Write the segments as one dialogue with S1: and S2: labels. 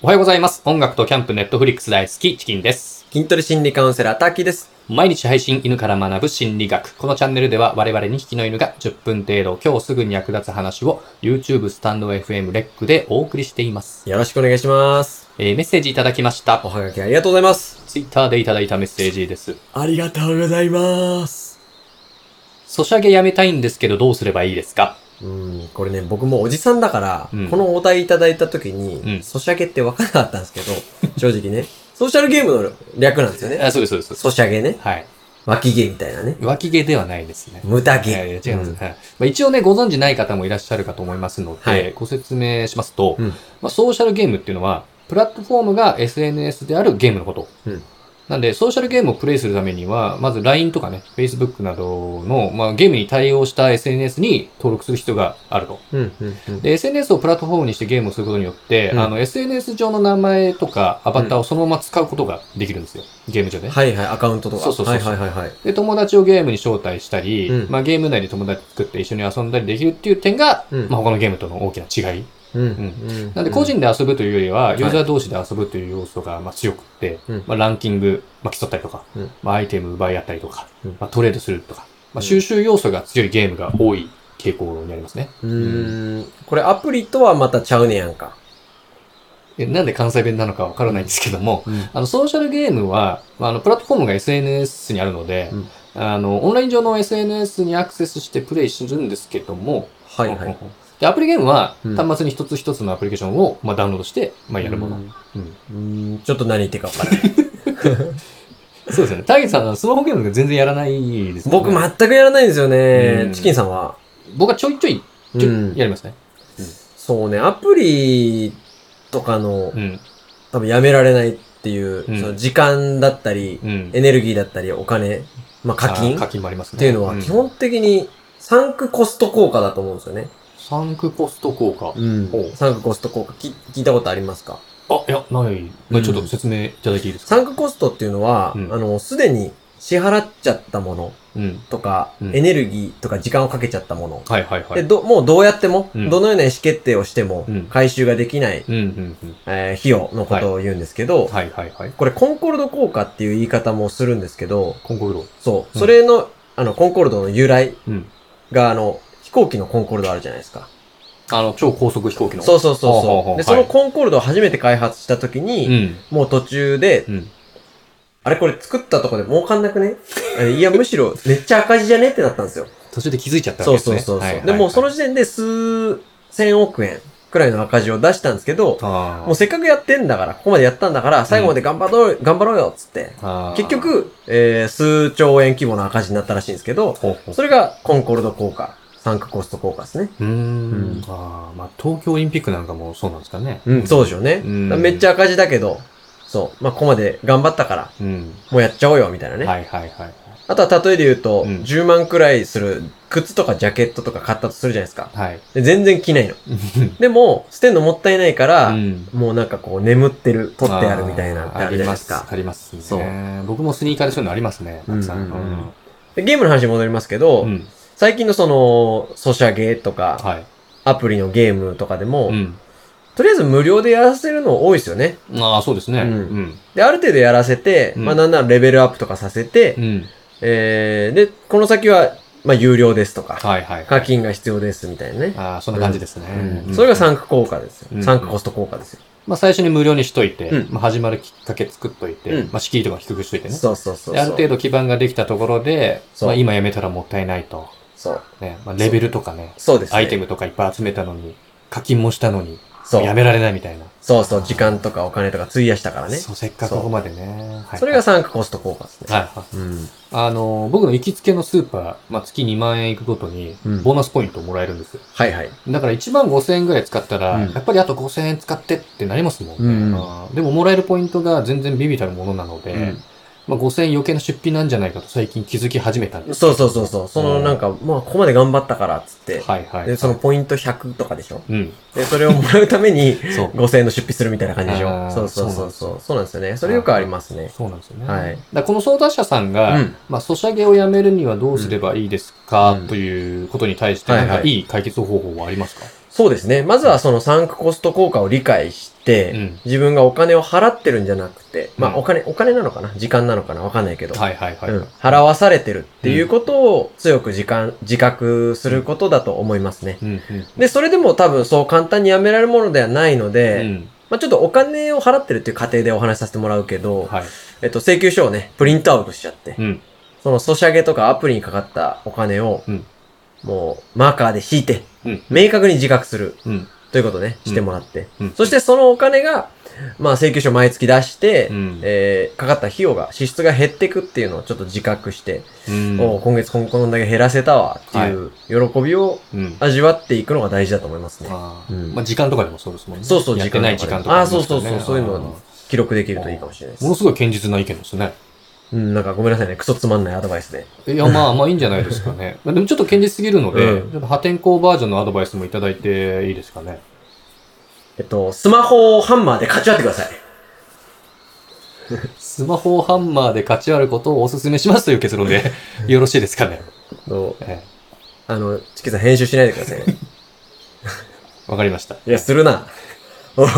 S1: おはようございます。音楽とキャンプ、ネットフリックス大好き、チキンです。
S2: 筋トレ心理カウンセラー、タッキーです。
S1: 毎日配信、犬から学ぶ心理学。このチャンネルでは我々2匹の犬が10分程度、今日すぐに役立つ話を YouTube、スタンド FM、レックでお送りしています。
S2: よろしくお願いします。
S1: えー、メッセージいただきました
S2: お。はがきありがとうございます。
S1: Twitter でいただいたメッセージです。
S2: ありがとうございます。
S1: ソシャゲやめたいんですけどどうすればいいですか
S2: うん、これね、僕もおじさんだから、
S1: うん
S2: このお題いただいた時に、
S1: うん
S2: ソシャゲって分からなかったんですけど、 正直ね、ソーシャルゲームの略なんですよね。
S1: あ、そうです、そうです。
S2: ソシャゲね。
S1: はい。
S2: 脇毛みたいなね。
S1: 脇毛ではないですね。
S2: 無駄
S1: い
S2: 毛。
S1: やいや違います、
S2: うん
S1: はいまあ、一応ね、ご存知ない方もいらっしゃるかと思いますので、
S2: はい
S1: ご説明しますと、
S2: うん
S1: まあ、ソーシャルゲームっていうのは、プラットフォームが SNS であるゲームのこと。
S2: うん
S1: なんで、ソーシャルゲームをプレイするためには、まず LINE とかね、Facebook などの、まあ、ゲームに対応した SNS に登録する必要があると。
S2: うん、うん、うん。
S1: で、SNS をプラットフォームにしてゲームをすることによって、
S2: うん
S1: あの、SNS 上の名前とかアバターをそのまま使うことができるんですよ。ゲーム上でね。
S2: はいはい、アカウントとか。
S1: そうそうそうそう
S2: はいはいはいはい。
S1: で、友達をゲームに招待したり、
S2: うん
S1: まあゲーム内で友達作って一緒に遊んだりできるっていう点が、
S2: うん
S1: まあ他のゲームとの大きな違い。
S2: うんう
S1: なんで個人で遊ぶというよりは、
S2: い
S1: ユーザー同士で遊ぶという要素がまあ強くって、
S2: うん
S1: まあランキング、まあ競ったりとか、
S2: うん
S1: まあアイテム奪い合ったりとか、
S2: うん
S1: まあトレードするとか、まあ収集要素が強いゲームが多い傾向にありますね。
S2: うーん。これアプリとはまたちゃうねやんか。
S1: えなんで関西弁なのかわからないんですけども、あの、ソーシャルゲームは、まあ、あの、プラットフォームが SNS にあるので、
S2: うん
S1: あの、オンライン上の SNS にアクセスしてプレイするんですけども、
S2: はいはい。
S1: で、アプリゲームは、
S2: うん
S1: 端末に一つ一つのアプリケーションを、まあ、ダウンロードして、まあ、やるもの。うん
S2: うん。ちょっと何言ってるか分からない。
S1: そうですね。ターゲットさんはスマホゲームが全然やらないですね。
S2: 僕全くやらないんですよ
S1: う
S2: ね
S1: ん。
S2: チキンさんは。
S1: 僕はちょいちょい、ちょ
S2: うん
S1: いやりますね。
S2: そうね、アプリとかの
S1: う、ん。
S2: 多分やめられないっていう、
S1: うん
S2: その時間だったり、
S1: うん。
S2: エネルギーだったり、お金、まあ課金
S1: あ課
S2: っ
S1: 金もありますね。
S2: ていうのは基本的にサンクコスト効果だと思うんですよね。
S1: サンクコスト効果。
S2: うん
S1: ほう
S2: サンクコスト効果き聞いたことありますか
S1: あ、いや、ない。まあちょっと説明いただいていいですか
S2: サンクコストっていうのは、
S1: うん
S2: あの、すでに支払っちゃったもの
S1: うん。
S2: とか、
S1: うん
S2: エネルギーとか時間をかけちゃったもの。
S1: はいはいは
S2: で、
S1: い。
S2: ど、もうどうやっても、
S1: うん
S2: どのような意思決定をしても、
S1: うん
S2: 回収ができない、
S1: うんうんうん。
S2: えー費用のことを言うんですけど、
S1: はいはいはい。
S2: これコンコルド効果っていう言い方もするんですけど、
S1: コンコルド。
S2: そう、
S1: うん
S2: それの、あの、コンコルドの由来
S1: うん。
S2: が、あの、飛行機のコンコルドあるじゃないですか。
S1: あの、超高速飛行機の。
S2: そうそうそう
S1: ほうほうほ
S2: そうう。で、
S1: は
S2: そ
S1: い
S2: のコンコルドを初めて開発した時
S1: う
S2: に、
S1: ん。
S2: もう途中で、
S1: うん。
S2: あれこれ作ったとこで儲かんなくね えいや、むしろめっちゃ赤字じゃねってなったんですよ。
S1: 途中で気づいちゃったわ
S2: そ
S1: け
S2: う
S1: です
S2: そ
S1: ね。
S2: うそう
S1: はいはい
S2: そう。
S1: はい
S2: で、もうその時点で数千億円くらいの赤字を出したんですけど、
S1: あー
S2: もうせっかくやってんだから、ここまでやったんだから、最後まで頑張ろう、頑張ろうよ、つって。
S1: あー
S2: 結、局、えー、数兆円規模の赤字になったらしいんですけ
S1: ほ
S2: ど、
S1: うほう
S2: それがコンコルド効果、サンクコスト効果ですね。
S1: うー
S2: うんん。
S1: ああ、まあ、東京オリンピックなんかもそうなんですかね。
S2: うん、そうでしょうね。
S1: うん
S2: だからめっちゃ赤字だけど、そう、まあ、ここまで頑張ったから、
S1: うん。
S2: もうやっちゃおうよ、みたいなね。
S1: はいはいはい。
S2: あとは例えで言うと、
S1: うん
S2: 10万くらいする靴とかジャケットとか買ったとするじゃないですか。
S1: はい。
S2: で全然着ないの。でも、捨てんのもったいないから、
S1: ん。
S2: もうなんかこう眠ってる、取ってあるみたいな
S1: あ
S2: って
S1: ーあ
S2: あるじ
S1: り
S2: ゃない
S1: ま
S2: です
S1: す。
S2: か。
S1: ありますね。
S2: そう
S1: 僕もスニーカーでそういうのありますね。たくさん。
S2: うんうんうんでゲームの話に戻りますけど、
S1: うんうん
S2: 最近のその、ソシャゲとか、
S1: はい。
S2: アプリのゲームとかでも、
S1: うん。
S2: とりあえず無料でやらせるの多いですよね。
S1: ああ、そうですね。う
S2: うん
S1: ん。
S2: で、ある程度やらせて、
S1: うん
S2: まあなんならレベルアップとかさせて、
S1: うん。
S2: えー、で、この先は、まあ有料ですとか、
S1: はいはい。
S2: 課金が必要ですみたいなね。
S1: ああ、そんな感じですね。うん
S2: それがサンク効果ですよ。
S1: うん
S2: サンクコスト効果ですよ。
S1: まあ、最初に無料にしといて、
S2: うん
S1: まあ、始まるきっかけ作っといて、
S2: うん
S1: まあ、敷居とか低くしといてね。
S2: そうそうそうそう。
S1: である程度基盤ができたところで、
S2: そう
S1: まあ、今やめたらもったいないと。
S2: そう。
S1: ね、まあ、レベルとかね、
S2: そうです、ね。
S1: アイテムとかいっぱい集めたのに、課金もしたのに、
S2: そう
S1: やめられないみたいな。
S2: そうそう、時間とかお金とか費やしたからね。
S1: そう、せっかくここまでね。はい
S2: それが、サンクコスト効果ですね。
S1: はいはい。
S2: うん。
S1: あのー、僕の行きつけのスーパー、まあ、月2万円行くごとに
S2: う、ん
S1: ボーナスポイントもらえるんですよ。
S2: はいはい。
S1: だから1万5千円ぐらい使ったら、
S2: うん
S1: やっぱりあと5千円使ってってなりますもんね。
S2: うん
S1: あーでももらえるポイントが全然ビビたるものなので、
S2: うん
S1: まあ、5千円余計な出費なんじゃないかと最近気づき始めたんです。
S2: そうそうそうそう。そのなんか、まあ、ここまで頑張ったから、っつって。
S1: はいはい。
S2: で、そのポイント100とかでしょ
S1: うん。
S2: で、それをもらうために
S1: そう。
S2: 5000円の出費するみたいな感じでし
S1: あ
S2: ょ
S1: ー
S2: そうそうそうそう。そうなんですよね。それよくありますね。
S1: そうなんですよね。
S2: はい
S1: だからこの相談者さんが、
S2: うん
S1: まあ、ソシャゲをやめるにはどうすればいいですか、
S2: うん
S1: ということに対して、なん
S2: はい
S1: か
S2: はい
S1: い解決方法はありますか、
S2: そうですね。まずはそのサンクコスト効果を理解して、
S1: うん
S2: 自分がお金を払ってるんじゃなくて、ま
S1: う
S2: あ
S1: ん
S2: お金、お金なのかな時間なのかなわかんないけど。
S1: はいはいはい。
S2: うん、払わされてるっていうことを強く時間、自覚することだと思いますね。
S1: うんうん
S2: で、それでも多分そう簡単にやめられるものではないの
S1: う
S2: で、
S1: ん
S2: まあちょっとお金を払ってるっていう過程でお話しさせてもらうけど、
S1: はい
S2: えっと、請求書をね、プリントアウトしちゃって、
S1: うん
S2: そのソシャゲとかアプリにかかったお金を、
S1: うん
S2: もうマーカーで引いて、
S1: うん
S2: 明確に自覚する
S1: うん
S2: ということね、
S1: うん
S2: してもらって。
S1: うん
S2: そしてそのお金が、まあ請求書毎月出して、
S1: うん
S2: えー、かかった費用が、支出が減ってくっていうのをちょっと自覚して、
S1: うん
S2: おう今月こんこんだけ減らせたわっていう喜びを
S1: うん
S2: 味わっていくのが大事だと思いますね。
S1: あ
S2: う
S1: ー
S2: ん
S1: まあ時間とかでもそうですもんね。
S2: そうそう
S1: やってない時
S2: 時
S1: 間と
S2: 間と
S1: か
S2: か
S1: あ
S2: で
S1: りますからね。
S2: あそうそうそうそういうのは
S1: あ
S2: 記録できるといいかもしれない
S1: ー
S2: で
S1: も
S2: す
S1: の。すごい堅実な意見ですね。
S2: うん、なんかごめんなさいね。クソつまんないアドバイスで。
S1: いや、まあまあいいんじゃないですかね。まあでもちょっと堅実すぎるので、
S2: うん
S1: ちょっと破天荒バージョンのアドバイスもいただいていいですかね。
S2: えっと、スマホをハンマーでかち割ってください。
S1: スマホをハンマーで勝ち割ることをお勧めしますという結論で よろしいですかね。
S2: あの
S1: え
S2: あの、チキさん編集しないでくださいね。
S1: えわかりました。
S2: いや、するな。 おう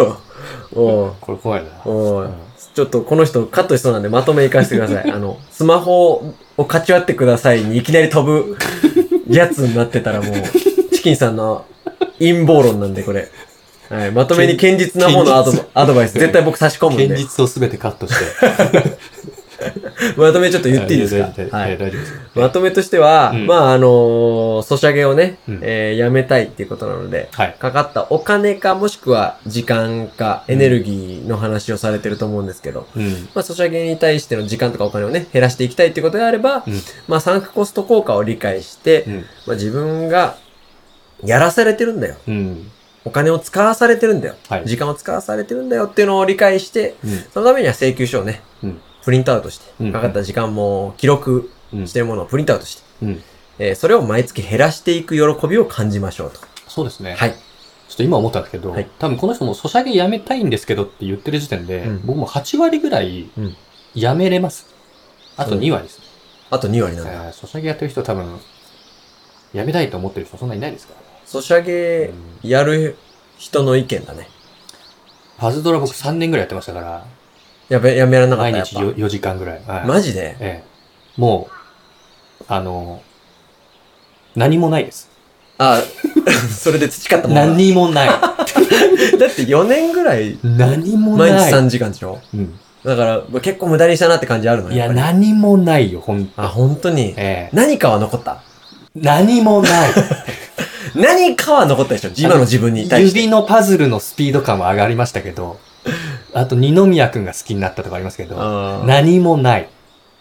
S2: おう
S1: これ怖いな。
S2: お
S1: う
S2: うんちょっとこの人カットしそうなんでまとめいかせてくだ さい。あの、スマホをかち割ってくださいにいきなり飛ぶ やつになってたらもう、チキンさんの陰謀論なんでこれ。はい、まとめに堅実な方のアド
S1: 堅
S2: アドバイス絶対僕差し込むん
S1: 堅
S2: で。
S1: 実をすべてカットして。
S2: まとめちょっと 言っていいです
S1: あ大丈夫大丈夫
S2: かは
S1: ええ大
S2: い。
S1: 丈夫です。
S2: まとめとしては、
S1: うん
S2: まああのー、ソシャゲをね、
S1: うん
S2: えーやめたいっていうことなので、
S1: はい。
S2: かかったお金かもしくは時間かエネルギーの話をされてると思うんですけど、
S1: うん。
S2: まあ、ソシャゲに対しての時間とかお金をね、減らしていきたいっていうことであれば、
S1: うん
S2: まあ、サンクコスト効果を理解して、
S1: うん。
S2: まあ、自分が、やらされてるんだよ。
S1: うん。
S2: お金を使わされてるんだよ。
S1: はい
S2: 時間を使わされてるんだよっていうのを理解して、
S1: うん。
S2: そのためには請求書をね、
S1: うん
S2: プリントアウトし
S1: うん
S2: て、かかった時間も記録
S1: うん
S2: してるものをプリントアウトして、
S1: うん
S2: えーそれを毎月減らしていく喜びを感じましょうと。
S1: そうですね。
S2: はい。
S1: ちょっと今思ったんですけど、
S2: はい
S1: 多分この人もソシャゲやめたいんですけどって言ってる時点で、
S2: うん
S1: 僕も8割ぐらい
S2: うん
S1: やめれます。あと
S2: うん
S1: 2割ですね。
S2: あと2割なんだ。
S1: えーソシャゲやってる人多分、やめたいと思ってる人そんないないですからね。
S2: ソシャゲ
S1: うん
S2: やる人の意見だね。
S1: パズドラ僕3年ぐらいやってましたから、
S2: やべ、やめられなかった
S1: 毎
S2: やっ
S1: 日
S2: ぱ
S1: 4, 時間ぐらい。はい
S2: マジで
S1: ええもう、あの、何もないです。
S2: あ、 それで培ったもんだ。
S1: 何も ない。
S2: だって4年ぐらい、
S1: 何も
S2: 毎
S1: な
S2: 日
S1: い。
S2: 3時間でしょ
S1: うん
S2: だから、まあ結構無駄にしたなって感じあるの
S1: いや、
S2: っぱり
S1: 何もないよ、ほん
S2: あ、
S1: と。
S2: 本当に。
S1: ええ
S2: 何かは残った。
S1: 何もない。
S2: 何かは残ったでしょ今の自分に対して。
S1: 指のパズルのスピード感は上がりましたけど、あと二宮くんが好きになったとかありますけど、
S2: あー
S1: 何もない。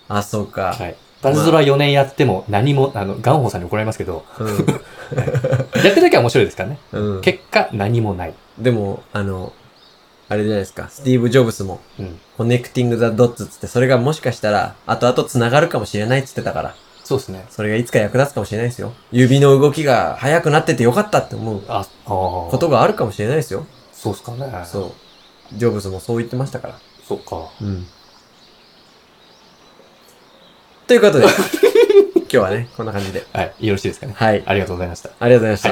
S2: あ、そうか。
S1: はい。パズドラ4年やっても何も、あの、ガンホーさんに怒られますけど、 やってる時は面白いですからね。
S2: うん。うん。
S1: 結果、何もない。
S2: でも、あの、あれじゃないですか。スティーブ・ジョブスも、
S1: うん。
S2: コネクティング・ザ・ドッツつって、それがもしかしたら、後々繋がるかもしれないっつってたから、
S1: そうですね。
S2: それがいつか役立つかもしれないですよ。指の動きが速くなっててよかったって思う
S1: あ、あ
S2: こ
S1: あ。
S2: とがあるかもしれないですよ。
S1: そうっすかね。う。
S2: そう。ジョブズもそう言ってましたから。
S1: そうか。
S2: うん。ということで、今日はね、こんな感じで。
S1: はい。よろしいですかね。
S2: はい。
S1: ありがとうございました。
S2: ありがとうございました。
S1: はい